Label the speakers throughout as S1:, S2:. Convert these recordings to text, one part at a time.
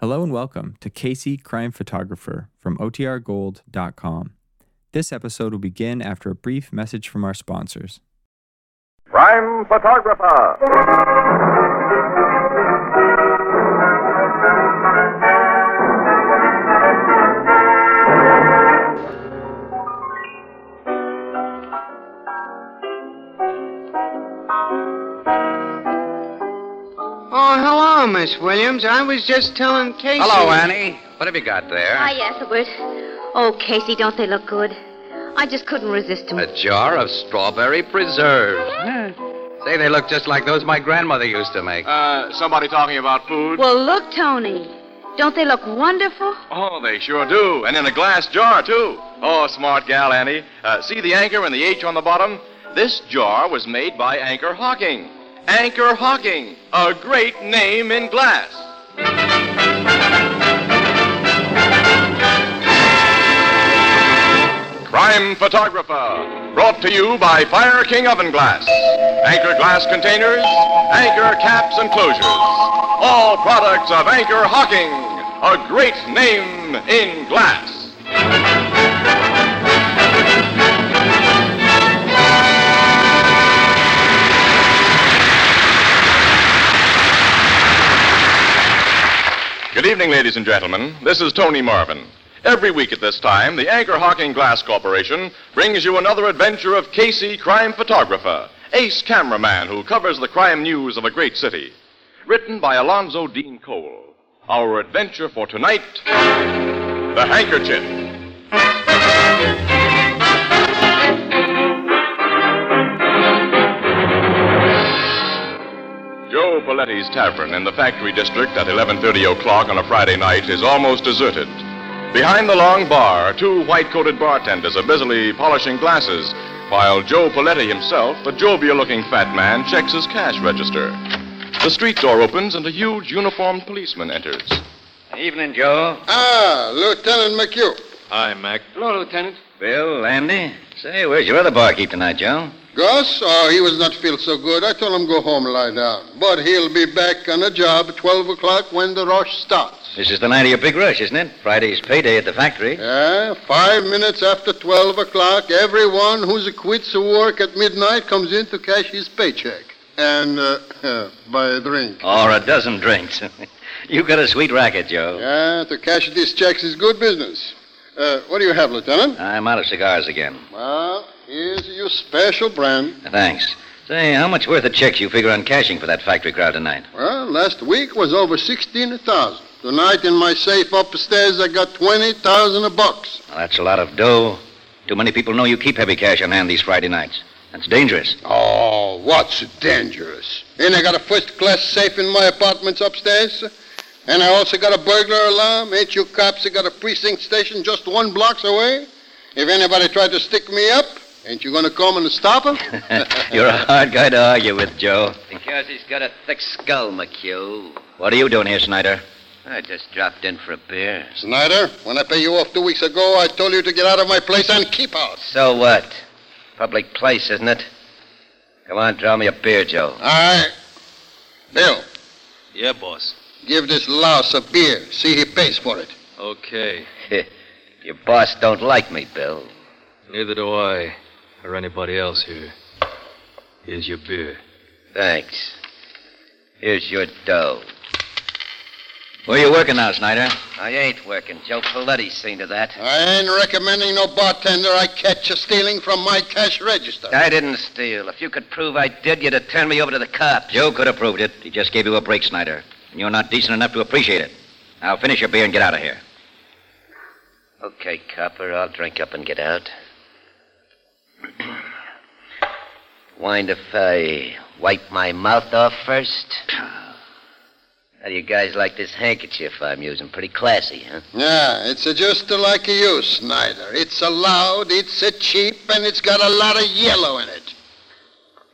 S1: Hello and welcome to Casey Crime Photographer from OTRGold.com. This episode will begin after a brief message from our sponsors.
S2: Crime Photographer.
S3: Oh, hello, Miss Williams. I was just telling Casey.
S4: Hello, Oh, Annie. What have you got there?
S5: Ah, yes, Edward. Oh, Casey, don't they look good? I just couldn't resist them.
S4: A jar of strawberry preserve. Say, they look just like those my grandmother used to make.
S6: Uh, somebody talking about food?
S5: Well, look, Tony. Don't they look wonderful?
S6: Oh, they sure do. And in a glass jar, too. Oh, smart gal, Annie. Uh, see the anchor and the H on the bottom? This jar was made by Anchor Hawking. Anchor Hawking, a great name in glass. Crime Photographer, brought to you by Fire King Oven Glass. Anchor glass containers, anchor caps and closures. All products of Anchor Hawking, a great name in glass. Good evening, ladies and gentlemen. This is Tony Marvin. Every week at this time, the Anchor Hawking Glass Corporation brings you another adventure of Casey, crime photographer, ace cameraman who covers the crime news of a great city. Written by Alonzo Dean Cole. Our adventure for tonight The Handkerchief. Joe Paletti's tavern in the factory district at 11:30 o'clock on a Friday night is almost deserted. Behind the long bar, two white-coated bartenders are busily polishing glasses, while Joe Paletti himself, a jovial-looking fat man, checks his cash register. The street door opens and a huge uniformed policeman enters.
S4: Evening, Joe.
S7: Ah, Lieutenant McHugh.
S6: Hi, Mac.
S3: Hello, Lieutenant.
S4: Bill, Andy. Say, where's your other barkeep tonight, Joe?
S7: Gus, oh, he was not feel so good. I told him go home lie down. But he'll be back on the job at 12 o'clock when the rush starts.
S4: This is the night of your big rush, isn't it? Friday's payday at the factory.
S7: Yeah, five minutes after 12 o'clock, everyone who's quits work at midnight comes in to cash his paycheck. And uh, buy a drink.
S4: Or a dozen drinks. you got a sweet racket, Joe.
S7: Yeah, to cash these checks is good business. Uh, what do you have, Lieutenant?
S4: I'm out of cigars again.
S7: Well, here's your special brand.
S4: Thanks. Say, how much worth of checks you figure on cashing for that factory crowd tonight?
S7: Well, last week was over 16,000. Tonight in my safe upstairs, I got 20,000 a bucks.
S4: Well, that's a lot of dough. Too many people know you keep heavy cash on hand these Friday nights. That's dangerous.
S7: Oh, what's dangerous? And I got a first class safe in my apartments upstairs. And I also got a burglar alarm. Ain't you cops that got a precinct station just one blocks away? If anybody tried to stick me up, ain't you gonna come and stop him?
S4: You're a hard guy to argue with, Joe.
S8: Because he's got a thick skull, McHugh.
S4: What are you doing here, Snyder?
S8: I just dropped in for a beer.
S7: Snyder, when I pay you off two weeks ago, I told you to get out of my place and keep out.
S8: So what? Public place, isn't it? Come on, draw me a beer, Joe.
S7: I. Bill,
S9: Yeah, boss.
S7: give this louse a beer. See he pays for it.
S9: Okay.
S8: Your boss don't like me, Bill.
S9: Neither do I or anybody else here. Here's your beer.
S8: Thanks. Here's your dough.
S4: Where you working now, Snyder?
S8: I ain't working. Joe Paletti's seen to that.
S7: I ain't recommending no bartender I catch you stealing from my cash register.
S8: I didn't steal. If you could prove I did, you'd have turned me over to the cops.
S4: Joe could have proved it. He just gave you a break, Snyder. And you're not decent enough to appreciate it. Now finish your beer and get out of here.
S8: Okay, copper. I'll drink up and get out. Mind if I wipe my mouth off first? How do you guys like this handkerchief I'm using? Pretty classy, huh?
S7: Yeah, Ah, it's a just like you, Snyder. It's a loud, it's a cheap, and it's got a lot of yellow in it.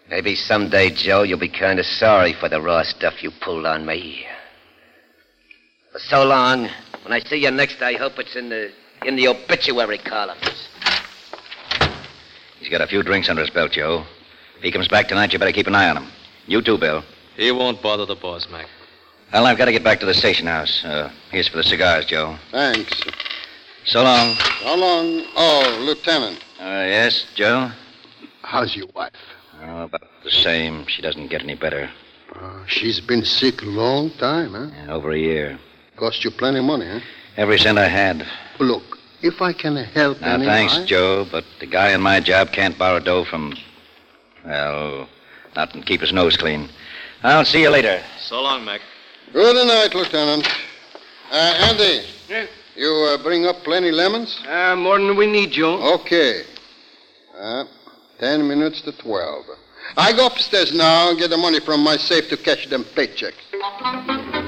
S8: Maybe someday, Joe, you'll be kind of sorry for the raw stuff you pulled on me. But so long. When I see you next, I hope it's in the in the obituary columns.
S4: He's got a few drinks under his belt, Joe. If he comes back tonight, you better keep an eye on him. You too, Bill.
S9: He won't bother the boss, Mac.
S4: Well, I've got to get back to the station house. Uh, here's for the cigars, Joe.
S7: Thanks.
S4: So long.
S7: How long? Oh, Lieutenant.
S4: Uh, yes, Joe?
S7: How's your wife?
S4: Oh, about the same. She doesn't get any better.
S7: Uh, she's been sick a long time, huh?
S4: Yeah, over a year.
S7: Cost you plenty of money, huh?
S4: Every cent I had.
S7: Look, if I can help
S8: Ah,
S4: Now,
S7: any,
S4: thanks,
S7: I-
S4: Joe, but the guy in my job can't borrow dough from. Well, not and keep his nose clean. I'll see you later.
S9: So long, Mac.
S7: Good night, Lieutenant. Uh, Andy,
S10: Yeah.
S7: you uh, bring up plenty lemons?
S10: Uh, more than we need, Joe.
S7: Okay. Uh, ten minutes to twelve. I go upstairs now and get the money from my safe to cash them paychecks.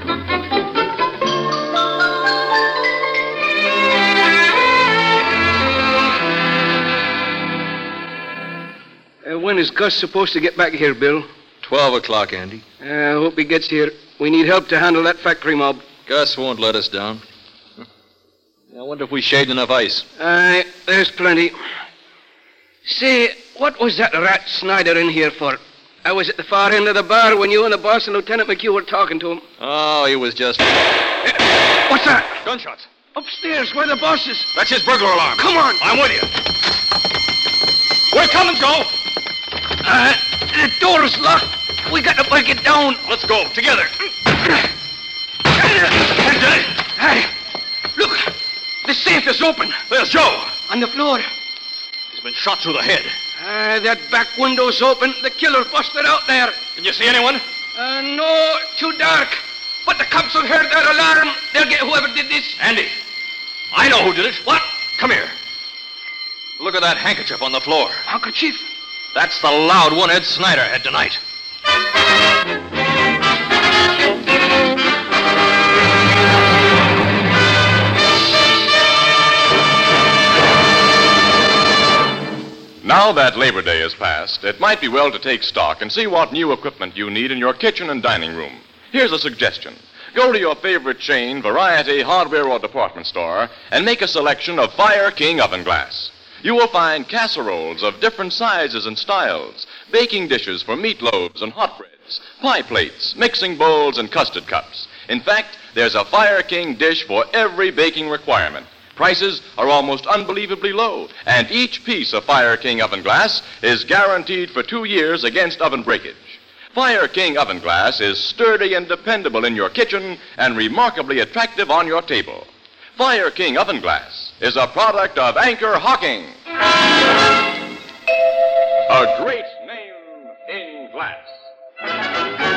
S10: Uh, when is Gus supposed to get back here, Bill? Uh,
S9: 12 o'clock, Andy.
S10: I hope he gets here. We need help to handle that factory mob.
S9: Gus won't let us down. I wonder if we shaved enough ice.
S10: Aye, there's plenty. Say, what was that rat Snyder in here for? I was at the far end of the bar when you and the boss and Lieutenant McHugh were talking to him.
S9: Oh, he was just.
S10: What's that?
S9: Gunshots.
S10: Upstairs, where the boss is.
S9: That's his burglar alarm.
S10: Come on.
S9: I'm with you. We're coming, Joe.
S10: Uh, the door is locked. We got to break it down.
S9: Let's go together.
S10: Hey, look. The safe is open.
S9: There's Joe.
S10: On the floor.
S9: He's been shot through the head.
S10: Uh, that back window's open. The killer busted out there.
S9: Can you see anyone?
S10: Uh, no, too dark. But the cops will hear that alarm. They'll get whoever did this.
S9: Andy, I know who did it. What? Come here. Look at that handkerchief on the floor.
S10: Handkerchief.
S9: That's the loud one Ed Snyder had tonight.
S6: Now that Labor Day is past, it might be well to take stock and see what new equipment you need in your kitchen and dining room. Here's a suggestion. Go to your favorite chain, variety, hardware, or department store and make a selection of Fire King oven glass. You will find casseroles of different sizes and styles, baking dishes for meatloaves and hot breads, pie plates, mixing bowls, and custard cups. In fact, there's a Fire King dish for every baking requirement. Prices are almost unbelievably low, and each piece of Fire King oven glass is guaranteed for two years against oven breakage. Fire King oven glass is sturdy and dependable in your kitchen and remarkably attractive on your table. Fire King oven glass is a product of Anchor Hawking, a great name in glass.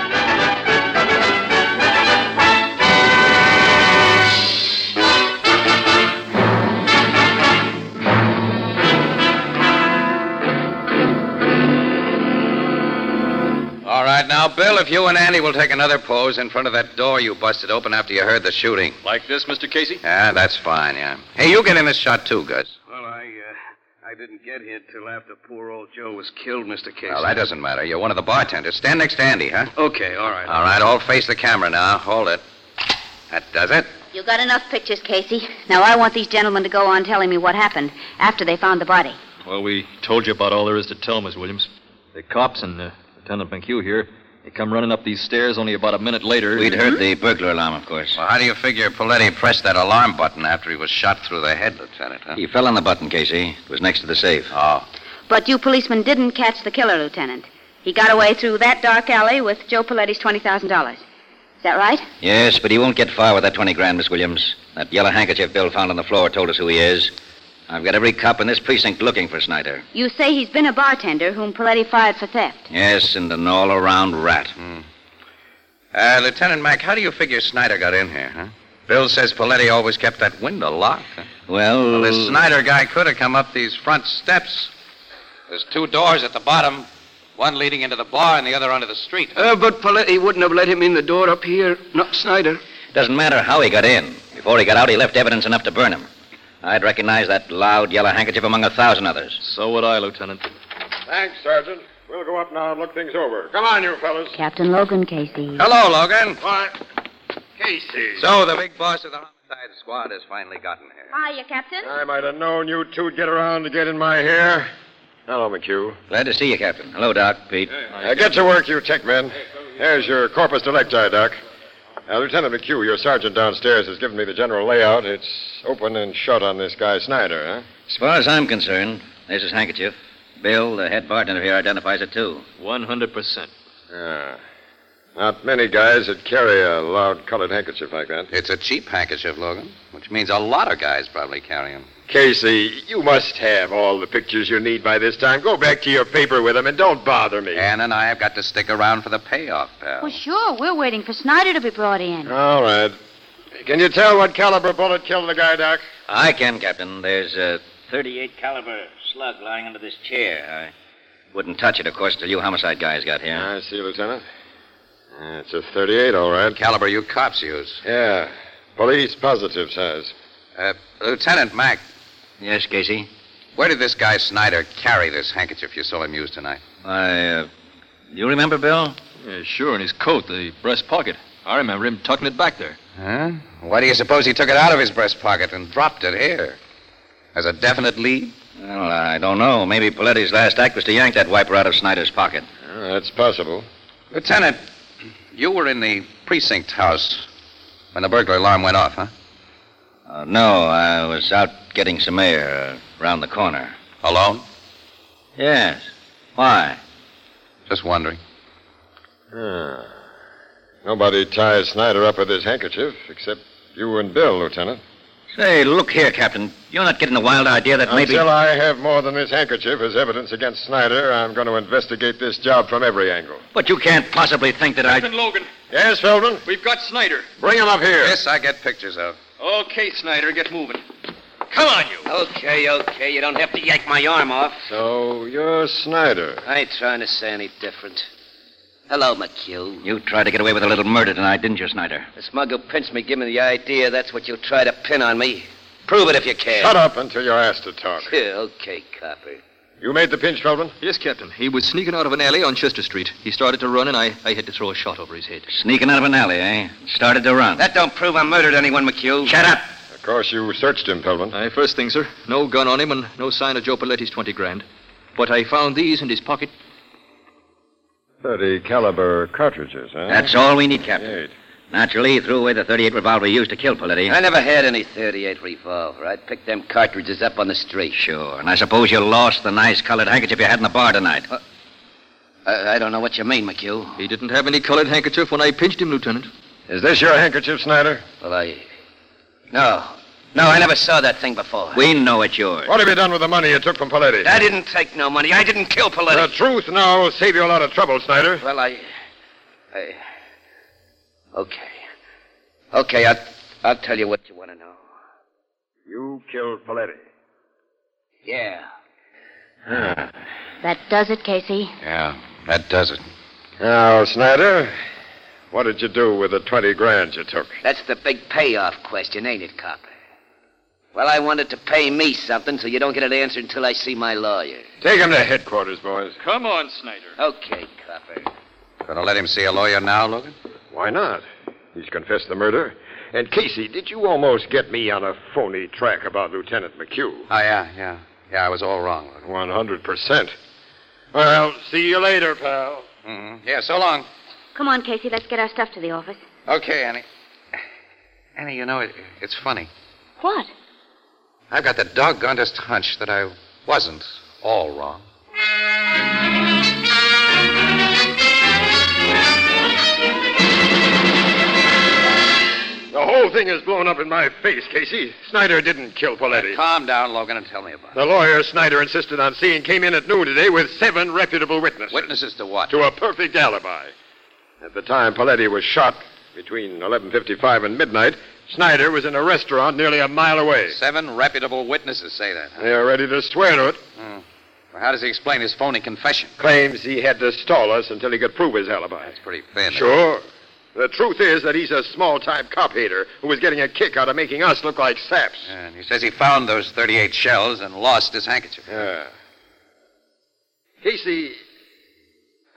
S4: All right, now, Bill, if you and Andy will take another pose in front of that door you busted open after you heard the shooting.
S9: Like this, Mr. Casey?
S4: Yeah, that's fine, yeah. Hey, you get in this shot, too, Gus.
S10: Well, I, uh, I didn't get here till after poor old Joe was killed, Mr. Casey.
S4: Well, that doesn't matter. You're one of the bartenders. Stand next to Andy, huh?
S10: Okay, all right.
S4: All right, all face the camera now. Hold it. That does it.
S5: You got enough pictures, Casey. Now I want these gentlemen to go on telling me what happened after they found the body.
S9: Well, we told you about all there is to tell, Miss Williams. The cops and uh, Lieutenant McHugh here, they come running up these stairs only about a minute later. Mm-hmm.
S4: We'd heard the burglar alarm, of course.
S11: Well, how do you figure Paletti pressed that alarm button after he was shot through the head, Lieutenant, huh?
S4: He fell on the button, Casey. It was next to the safe.
S11: Oh.
S5: But you policemen didn't catch the killer, Lieutenant. He got away through that dark alley with Joe Paletti's $20,000. Is that right?
S4: Yes, but he won't get far with that 20 grand, Miss Williams. That yellow handkerchief Bill found on the floor told us who he is. I've got every cop in this precinct looking for Snyder.
S5: You say he's been a bartender whom Paletti fired for theft.
S4: Yes, and an all around rat.
S11: Hmm. Uh, Lieutenant Mack, how do you figure Snyder got in here, huh? Bill says Paletti always kept that window locked. Huh?
S4: Well,
S11: Well,
S4: Mm.
S11: this Snyder guy could have come up these front steps. There's two doors at the bottom, one leading into the bar and the other onto the street.
S10: Uh, but Paletti wouldn't have let him in the door up here, not Snyder.
S4: doesn't matter how he got in. Before he got out, he left evidence enough to burn him. I'd recognize that loud yellow handkerchief among a thousand others.
S9: So would I, Lieutenant.
S2: Thanks, Sergeant. We'll go up now and look things over. Come on, you fellas.
S5: Captain Logan, Casey.
S11: Hello, Logan.
S2: Why, Casey.
S11: So the big boss of the homicide squad has finally gotten here.
S5: Hiya, Captain.
S2: I might have known you two'd get around to get in my hair. Hello, McHugh.
S4: Glad to see you, Captain. Hello, Doc, Pete.
S2: Uh, get to work, you tech men. There's your corpus delicti, Doc. Now, Lieutenant McHugh, your sergeant downstairs has given me the general layout. It's open and shut on this guy Snyder, huh?
S4: As far as I'm concerned, there's his handkerchief. Bill, the head bartender here, identifies it too.
S9: 100%.
S2: Yeah. Not many guys that carry a loud colored handkerchief like that.
S11: It's a cheap handkerchief, Logan, which means a lot of guys probably carry them.
S2: Casey, you must have all the pictures you need by this time. Go back to your paper with them and don't bother me.
S11: Ann and I have got to stick around for the payoff, pal.
S5: Well, sure. We're waiting for Snyder to be brought in.
S2: All right. Can you tell what caliber bullet killed the guy, Doc?
S4: I can, Captain. There's a
S2: 38
S4: caliber slug lying under this chair. I wouldn't touch it, of course, till you homicide guys got here.
S2: I see, Lieutenant. Yeah, It's a 38, all right.
S11: Caliber you cops use.
S2: Yeah. Police positive size.
S11: Uh, Lieutenant Mack,
S4: Yes, Casey.
S11: where did this guy Snyder carry this handkerchief you saw him use tonight?
S4: I, uh, you remember, Bill?
S9: Yeah, Uh, sure, in his coat, the breast pocket. I remember him tucking it back there.
S11: Huh? Why do you suppose he took it out of his breast pocket and dropped it here? As a definite lead?
S4: Well, I don't know. Maybe Paletti's last act was to yank that wiper out of Snyder's pocket.
S2: Yeah, that's possible.
S11: Lieutenant, you were in the precinct house when the burglar alarm went off, huh?
S4: Uh, no, I was out getting some air uh, around the corner.
S11: Alone?
S4: Yes. Why?
S11: Just wondering.
S2: Ah. Nobody ties Snyder up with his handkerchief except you and Bill, Lieutenant.
S4: Say, look here, Captain. You're not getting the wild idea that maybe.
S2: Until I have more than this handkerchief as evidence against Snyder, I'm going to investigate this job from every angle.
S4: But you can't possibly think that I.
S9: Captain Logan,
S2: Yes, Feldman?
S9: we've got Snyder.
S2: Bring him up here.
S11: Yes, I get pictures of.
S9: Okay, Snyder, get moving. Come on, you.
S8: Okay, okay. You don't have to yank my arm off.
S2: So you're Snyder.
S8: I ain't trying to say any different. Hello, McHugh.
S4: You tried to get away with a little murder tonight, didn't you, Snyder?
S8: The smug who pinched me gave me the idea that's what you'll try to pin on me. Prove it if you can.
S2: Shut up until you're asked to talk.
S8: Yeah, okay, copper.
S2: You made the pinch, Feldman?
S9: Yes, Captain. He was sneaking out of an alley on Chester Street. He started to run, and I, I had to throw a shot over his head.
S4: Sneaking out of an alley, eh? Started to run.
S8: That don't prove I murdered anyone, McHugh.
S4: Shut up!
S2: Of course, you searched him, Feldman.
S9: Uh, first thing, sir, no gun on him and no sign of Joe Paletti's 20 grand. But I found these in his pocket.
S2: 30 caliber cartridges, huh?
S4: That's all we need, Captain.
S2: Eight.
S4: Naturally, he threw away the 38 revolver he used to kill Paletti.
S8: I never had any 38 revolver. I picked them cartridges up on the street.
S4: Sure, and I suppose you lost the nice colored handkerchief you had in the bar tonight.
S8: Uh, I, I don't know what you mean, McHugh.
S9: He didn't have any colored handkerchief when I pinched him, Lieutenant.
S2: Is this your handkerchief, Snyder?
S8: Well, I. No. No, I never saw that thing
S2: uh,
S8: before.
S4: We know it's yours.
S2: What have you done with the money you took from Paletti?
S8: I didn't take no money. I didn't kill
S2: The
S8: Paletti.
S2: truth now will save you a lot of trouble, Snyder.
S8: Well, I. I. Okay. Okay, I'll, I'll tell you what you want to know.
S2: You killed Paletti.
S8: Yeah.
S4: Ah.
S5: That does it, Casey.
S11: Yeah, that does it.
S2: Now, Snyder, what did you do with the 20 grand you took?
S8: That's the big payoff question, ain't it, Copper? Well, I wanted to pay me something, so you don't get an answer until I see my lawyer.
S2: Take him to headquarters, boys.
S9: Come on, Snyder.
S8: Okay, Copper.
S11: Gonna let him see a lawyer now, Logan?
S2: Why not? He's confessed the murder. And Casey, did you almost get me on a phony track about Lieutenant McHugh?
S11: Oh, yeah, yeah. Yeah, I was all wrong, Logan.
S2: One hundred percent. Well, see you later, pal.
S11: Mm-hmm. Yeah, so long.
S5: Come on, Casey. Let's get our stuff to the office.
S11: Okay, Annie. Annie, you know, it, it's funny.
S5: What?
S11: I've got the doggonest hunch that I wasn't all wrong.
S2: The whole thing is blown up in my face, Casey. Snyder didn't kill Paletti.
S11: Calm down, Logan, and tell me about it.
S2: The lawyer Snyder insisted on seeing came in at noon today with seven reputable witnesses.
S11: Witnesses to what?
S2: To a perfect alibi. At the time Paletti was shot, between 11.55 and midnight, Snyder was in a restaurant nearly a mile away.
S11: Seven reputable witnesses say that. Huh?
S2: They are ready to swear to it.
S11: Well, how does he explain his phony confession?
S2: Claims he had to stall us until he could prove his alibi.
S11: That's pretty thin.
S2: Sure. The truth is that he's a small time cop hater who was getting a kick out of making us look like saps.
S11: Yeah, and he says he found those 38 shells and lost his handkerchief.
S2: Yeah. Casey,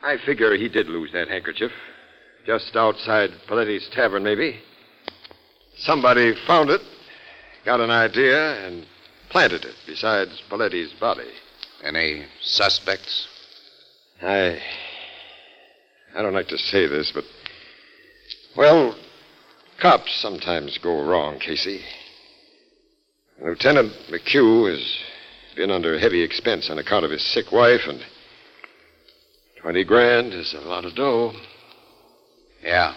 S2: I figure he did lose that handkerchief. Just outside Paletti's tavern, maybe. Somebody found it, got an idea, and planted it beside Paletti's body.
S11: Any suspects?
S2: I. I don't like to say this, but. Well, Cops sometimes go wrong, Casey. Lieutenant McHugh has been under heavy expense on account of his sick wife, and 20 grand is a lot of dough.
S11: Yeah.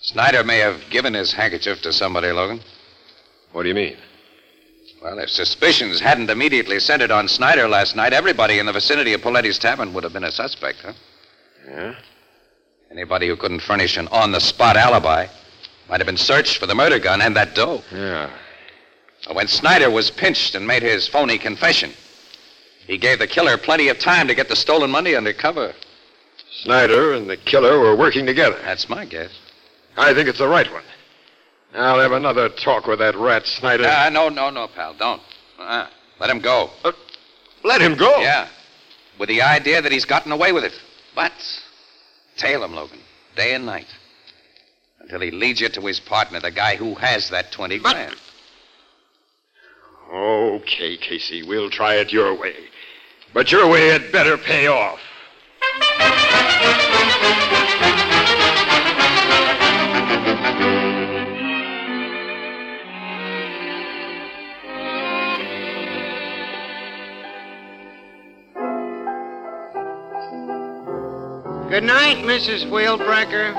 S11: Snyder may have given his handkerchief to somebody, Logan.
S2: What do you mean?
S11: Well, if suspicions hadn't immediately centered on Snyder last night, everybody in the vicinity of Paletti's Tavern would have been a suspect, huh?
S2: Yeah?
S11: Anybody who couldn't furnish an on the spot alibi might have been searched for the murder gun and that dough.
S2: Yeah.
S11: When Snyder was pinched and made his phony confession, he gave the killer plenty of time to get the stolen money under cover.
S2: Snyder and the killer were working together.
S11: That's my guess.
S2: I think it's the right one. I'll have another talk with that rat Snyder.
S11: Ah, no, no, no, pal, don't. Uh-uh. Let him go.
S2: Uh, Let him go.
S11: Yeah. With the idea that he's gotten away with it. But tail him, Logan, day and night. Until he leads you to his partner, the guy who has that 20 grand.
S2: Okay, Casey, we'll try it your way. But your way had better pay off.
S12: Good night, Mrs. Wheelbrecker.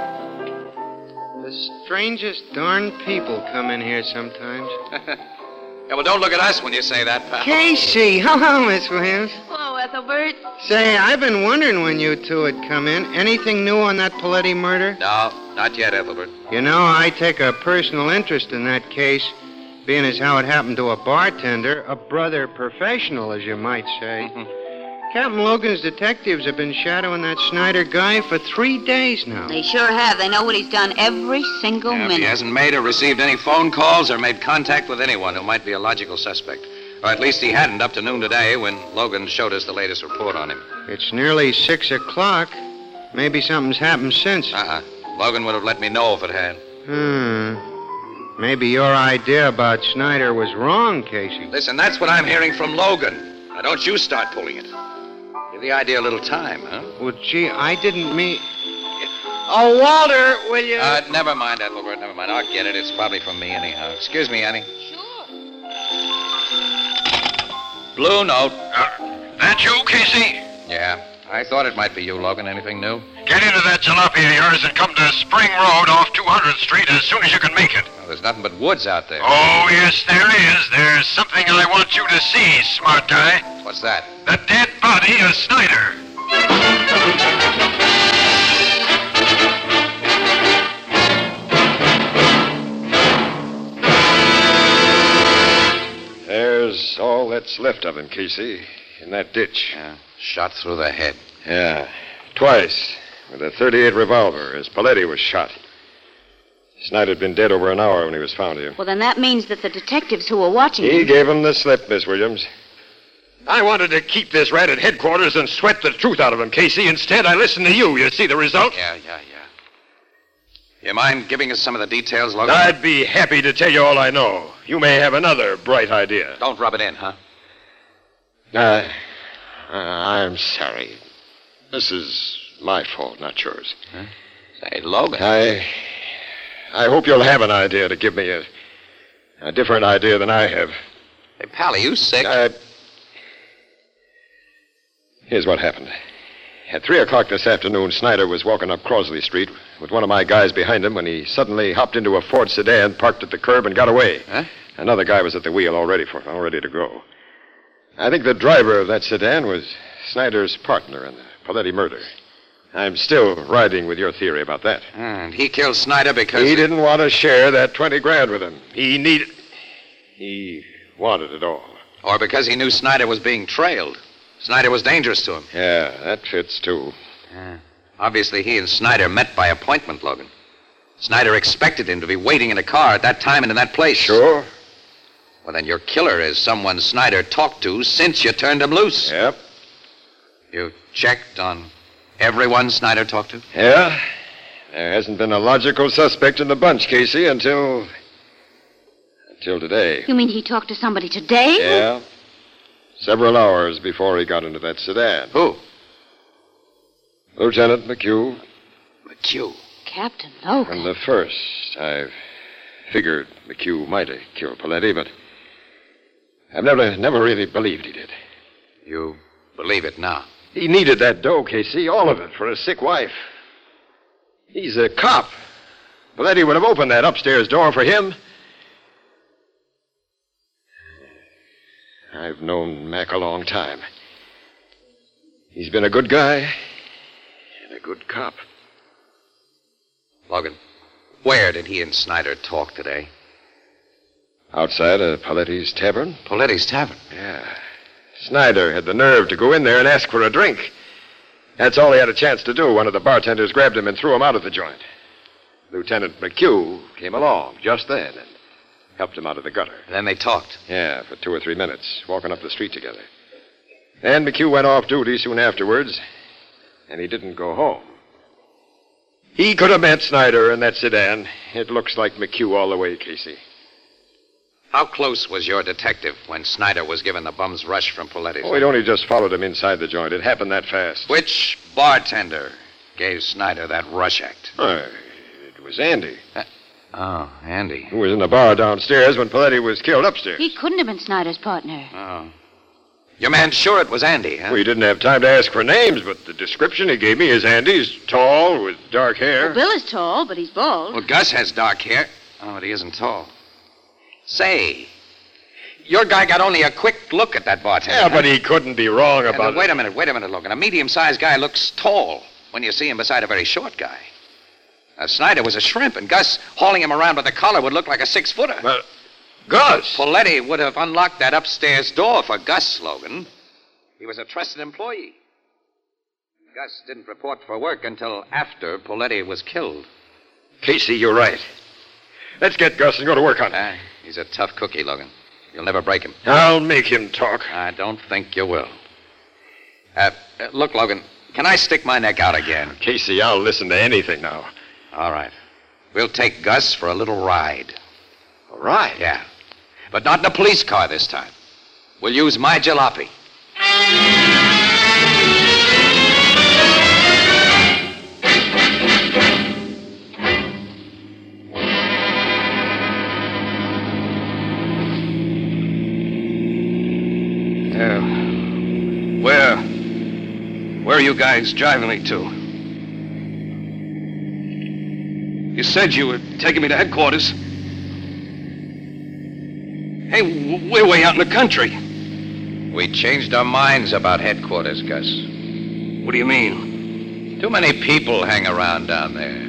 S12: The strangest darn people come in here sometimes.
S11: Yeah, well, don't look at us when you say that, pal.
S12: Casey, hello, Miss Williams.
S5: Hello, Ethelbert.
S12: Say, I've been wondering when you two would come in. Anything new on that Paletti murder?
S11: No, not yet, Ethelbert.
S12: You know, I take a personal interest in that case, being as how it happened to a bartender, a brother professional, as you might say.
S11: Mm-hmm.
S12: Captain Logan's detectives have been shadowing that Snyder guy for three days now.
S5: They sure have. They know what he's done every single
S11: Yeah, if he
S5: minute.
S11: hasn't made or received any phone calls or made contact with anyone who might be a logical suspect. Or at least he hadn't up to noon today when Logan showed us the latest report on him.
S12: It's nearly six o'clock. Maybe something's happened since.
S11: Uh-uh. Logan would have let me know if it had.
S12: Hmm. Maybe your idea about Snyder was wrong, Casey.
S11: Listen, that's what I'm hearing from Logan. Now, don't you start pulling it. Give the idea a little time, huh?
S12: Well, gee, I didn't mean. Oh, Walter, will you?
S11: Uh, never mind, Ethelbert. Never mind. I'll get it. It's probably from me, anyhow. Excuse me, Annie. Sure. Blue note.
S13: Uh, That you, Casey?
S11: Yeah. I thought it might be you, Logan. Anything new?
S13: Get into that jalopy of yours and come to Spring Road off 200th Street as soon as you can make it.
S11: Well, there's nothing but woods out there.
S13: Oh, yes, there is. There's something I want you to see, smart guy.
S11: What's that?
S13: The dead body of Snyder.
S2: There's all that's left of him, Casey, in that ditch. Yeah,
S11: shot through the head.
S2: Yeah, twice with a 38 revolver as Paletti was shot. Snyder had been dead over an hour when he was found here.
S5: Well, then that means that the detectives who were watching
S2: He
S5: him-
S2: gave him the slip, Miss Williams. I wanted to keep this rat at headquarters and sweat the truth out of him, Casey. Instead, I listened to you. You see the result?
S11: Yeah, yeah, yeah. You mind giving us some of the details, Logan?
S2: I'd be happy to tell you all I know. You may have another bright idea.
S11: Don't rub it in, huh?
S2: Uh, uh, I'm sorry. This is my fault, not yours.
S11: Say, Logan.
S2: I. I hope you'll have an idea to give me a, a different idea than I have.
S11: Hey, pal, are you sick?
S2: I, here's what happened. At 3 o'clock this afternoon, Snyder was walking up Crosley Street with one of my guys behind him when he suddenly hopped into a Ford sedan, parked at the curb, and got away.
S11: Huh?
S2: Another guy was at the wheel already for all ready to go. I think the driver of that sedan was Snyder's partner in the Paletti murder. I'm still riding with your theory about that.
S11: And he killed Snyder Ah, because.
S2: He didn't want to share that 20 grand with him. He needed. He wanted it all.
S11: Or because he knew Snyder was being trailed. Snyder was dangerous to him.
S2: Yeah, that fits too.
S11: Obviously, he and Snyder met by appointment, Logan. Snyder expected him to be waiting in a car at that time and in that place.
S2: Sure.
S11: Well, then your killer is someone Snyder talked to since you turned him loose.
S2: Yep.
S11: You checked on everyone Snyder talked to?
S2: Yeah? There hasn't been a logical suspect in the bunch, Casey, until. until today.
S5: You mean he talked to somebody today?
S2: Yeah? Several hours before he got into that sedan.
S11: Who?
S2: Lieutenant McHugh.
S11: McHugh.
S5: Captain Logan.
S2: From the first, I figured McHugh might have killed Paletti, but I've never, never really believed he did.
S11: You believe it now.
S2: He needed that dough, Casey, all of it, for his sick wife. He's a cop. Paletti would have opened that upstairs door for him. I've known Mac a long time. He's been a good guy and a good cop.
S11: Logan, where did he and Snyder talk today?
S2: Outside of Paletti's tavern?
S11: Paletti's tavern?
S2: Yeah. Snyder had the nerve to go in there and ask for a drink. That's all he had a chance to do. One of the bartenders grabbed him and threw him out of the joint. Lieutenant McHugh came along just then and helped him out of the gutter.
S11: Then they talked.
S2: Yeah, for two or three minutes, walking up the street together. And McHugh went off duty soon afterwards, and he didn't go home. He could have met Snyder in that sedan. It looks like McHugh all the way, Casey.
S11: How close was your detective when Snyder was given the bum's rush from Paletti's?
S2: Oh, he'd only just followed him inside the joint. It happened that fast.
S11: Which bartender gave Snyder that rush act?
S2: Uh, it was Andy.
S10: Uh,
S11: oh, Andy.
S2: Who was in the bar downstairs when Paletti was killed upstairs.
S5: He couldn't have been Snyder's partner.
S11: Oh. Your man's sure it was Andy, huh?
S2: We didn't have time to ask for names, but the description he gave me is Andy's tall with dark hair.
S5: Well, Bill is tall, but he's bald.
S11: Well, Gus has dark hair. Oh, but he isn't tall. Say, your guy got only a quick look at that bartender.
S2: Yeah, but he couldn't be wrong
S11: Yeah, but
S2: about it.
S11: Wait a minute, wait a minute, Logan. A medium sized guy looks tall when you see him beside a very short guy. Now, Snyder was a shrimp, and Gus hauling him around by the collar would look like a six footer.
S2: But, Gus!
S11: Poletti would have unlocked that upstairs door for Gus, Logan. He was a trusted employee. Gus didn't report for work until after Poletti was killed.
S2: Casey, you're right. Let's get Gus and go to work on it.
S11: Uh, He's a tough cookie, Logan. You'll never break him.
S2: I'll make him talk.
S11: I don't think you will. Uh, uh, look, Logan, can I stick my neck out again?
S2: Casey, I'll listen to anything now.
S11: All right. We'll take Gus for a little ride.
S2: A ride?
S11: Yeah. But not in a police car this time. We'll use my jalopy.
S10: Yeah. Um, Where? Where are you guys driving me to? You said you were taking me to headquarters. Hey, w- we're way out in the country.
S11: We changed our minds about headquarters, Gus.
S10: What do you mean?
S11: Too many people hang around down there.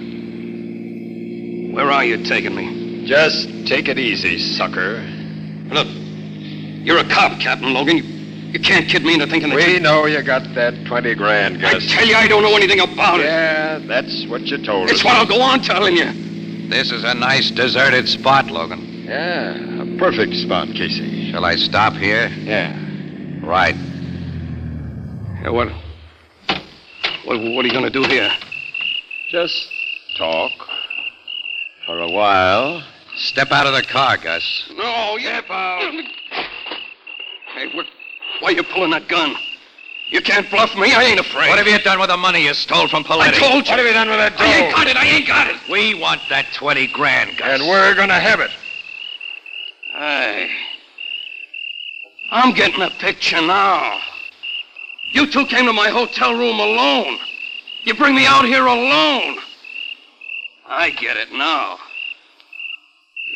S10: Where are you taking me?
S2: Just take it easy, sucker.
S10: Look, you're a cop, Captain Logan. You, you can't kid me into thinking that.
S2: We
S10: you...
S2: know you got that 20 grand, Gus.
S10: Tell you I don't know anything about
S2: Yeah, that's what you told
S10: it.
S2: us.
S10: It's what I'll go on telling you.
S11: This is a nice deserted spot, Logan.
S2: Yeah, a perfect spot, Casey.
S11: Shall I stop here?
S2: Yeah.
S11: Right.
S10: Yeah, what, what? What are you going to do here?
S2: Just talk for a while.
S11: Step out of the car, Gus.
S10: No, yeah, pal. Hey, what, why are you pulling that gun? You can't bluff me. I ain't afraid.
S11: What have you done with the money you stole from
S10: I
S11: Paletti?
S10: told you.
S2: done with that
S10: I ain't got it. I ain't got it.
S11: We want that 20 grand, Gus.
S2: And we're gonna have it.
S10: Hey. I'm getting a picture now. You two came to my hotel room alone. You bring me out here alone. I get it now.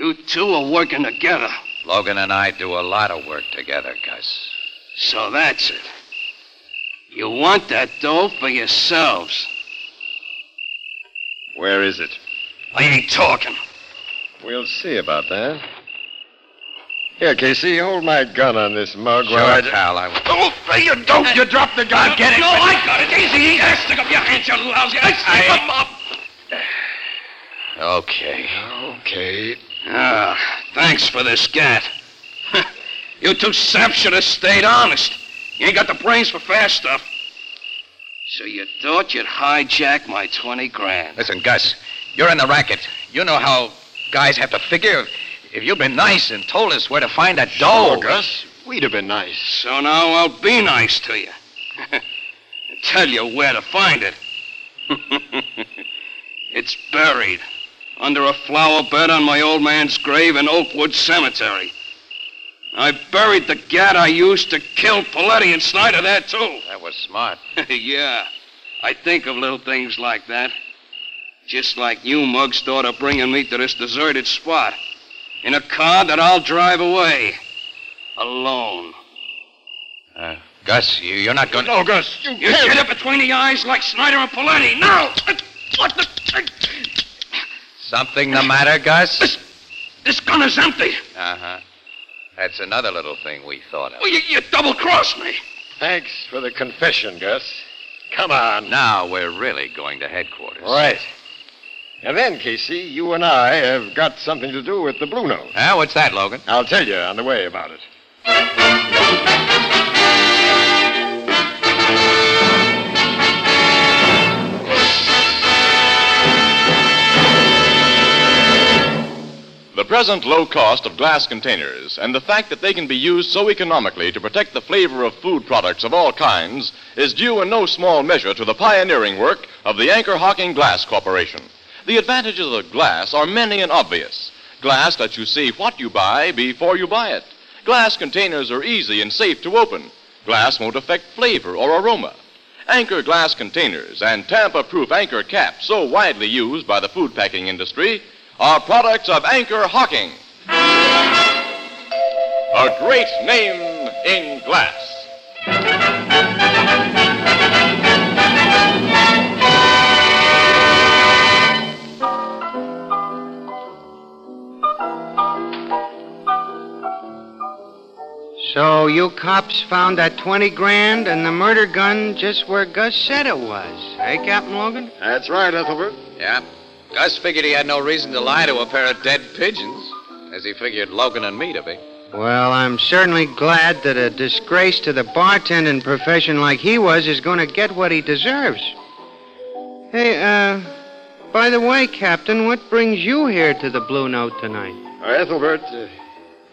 S10: You two are working together.
S11: Logan and I do a lot of work together, Gus.
S10: So that's it. You want that dough for yourselves.
S2: Where is it?
S10: I ain't talking.
S2: We'll see about that. Here, Casey, hold my gun on this mug
S11: Sure,
S2: while I.
S11: pal. I...
S2: Oh, you dope! You dropped the gun.
S10: get it. No, I got it. Easy, easy. Stick up your hands, you lousy. I stick them up.
S11: Okay.
S2: Okay.
S10: Ah, thanks for this gat. you two saps should have stayed honest. You ain't got the brains for fast stuff. So you thought you'd hijack my 20 grand.
S11: Listen, Gus, you're in the racket. You know how guys have to figure. If, if you'd been nice and told us where to find that dough.
S2: Sure, Gus. We'd have been nice.
S10: So now I'll be nice to you. and tell you where to find it. It's buried under a flower bed on my old man's grave in Oakwood Cemetery. I buried the gat I used to kill Paletti and Snyder there, too.
S11: That was smart.
S10: yeah, I think of little things like that. Just like you, Muggs, daughter, bringing me to this deserted spot in a car that I'll drive away alone.
S11: Uh, Gus, you, you're not going to.
S10: No, Gus,
S11: you
S10: You get it between the eyes like Snyder and Paletti. Now! What the?
S11: Something the matter, Gus?
S10: This gun is empty.
S11: Uh huh. That's another little thing we thought of.
S10: Oh, you, you double crossed me.
S11: Thanks for the confession, Gus. Come on. Now we're really going to headquarters.
S2: Right. And then, Casey, you and I have got something to do with the Blue Note.
S11: Ah, what's that, Logan?
S2: I'll tell you on the way about it.
S6: The present low cost of glass containers and the fact that they can be used so economically to protect the flavor of food products of all kinds is due in no small measure to the pioneering work of the Anchor Hocking Glass Corporation. The advantages of glass are many and obvious. Glass lets you see what you buy before you buy it. Glass containers are easy and safe to open. Glass won't affect flavor or aroma. Anchor glass containers and Tampa proof anchor caps, so widely used by the food packing industry, are products of Anchor Hawking. A great name in glass.
S12: So you cops found that 20 grand and the murder gun just where Gus said it was. Hey, Captain Logan?
S2: That's right, Ethelbert.
S11: Yeah. Gus figured he had no reason to lie to a pair of dead pigeons, as he figured Logan and me to be.
S12: Well, I'm certainly glad that a disgrace to the bartending profession like he was is going to get what he deserves. Hey, uh, by the way, Captain, what brings you here to the Blue Note tonight?
S2: Uh, Ethelbert, uh,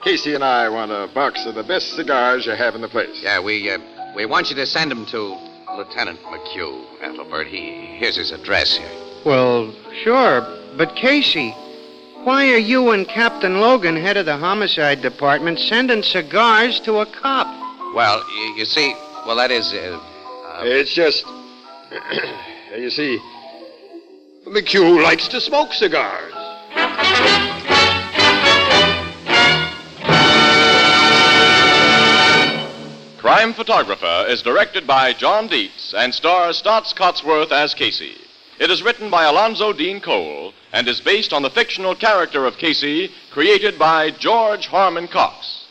S2: Casey and I want a box of the best cigars you have in the place.
S11: Yeah, we uh, we want you to send him to Lieutenant McHugh, Ethelbert. He here's his address here.
S12: Well, sure, but Casey, why are you and Captain Logan, head of the homicide department, sending cigars to a cop?
S11: Well, you, you see, well that is. Uh,
S2: It's just, you see, McHugh likes to smoke cigars.
S6: Crime Photographer is directed by John Dietz and stars Stotts Cotsworth as Casey. It is written by Alonzo Dean Cole and is based on the fictional character of Casey created by George Harmon Cox.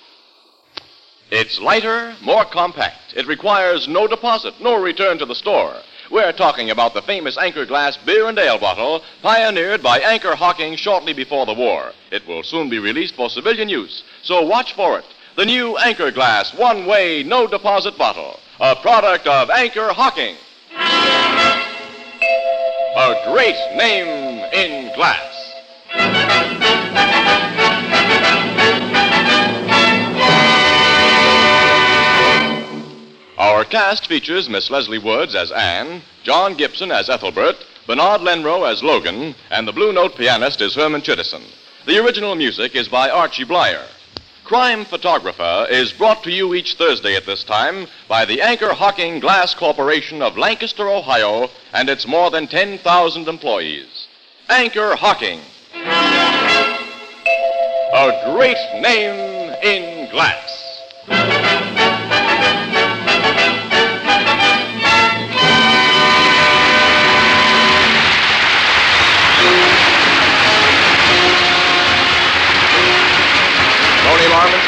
S6: It's lighter, more compact. It requires no deposit, no return to the store. We're talking about the famous Anchor Glass beer and ale bottle pioneered by Anchor Hawking shortly before the war. It will soon be released for civilian use, so watch for it. The new Anchor Glass one way, no deposit bottle, a product of Anchor Hawking. A great name in glass. Our cast features Miss Leslie Woods as Anne, John Gibson as Ethelbert, Bernard Lenro as Logan, and the Blue Note pianist is Herman Chittison. The original music is by Archie Blyer. Crime Photographer is brought to you each Thursday at this time by the Anchor Hawking Glass Corporation of Lancaster, Ohio, and its more than 10,000 employees. Anchor Hawking. A great name in glass. Tony Marvin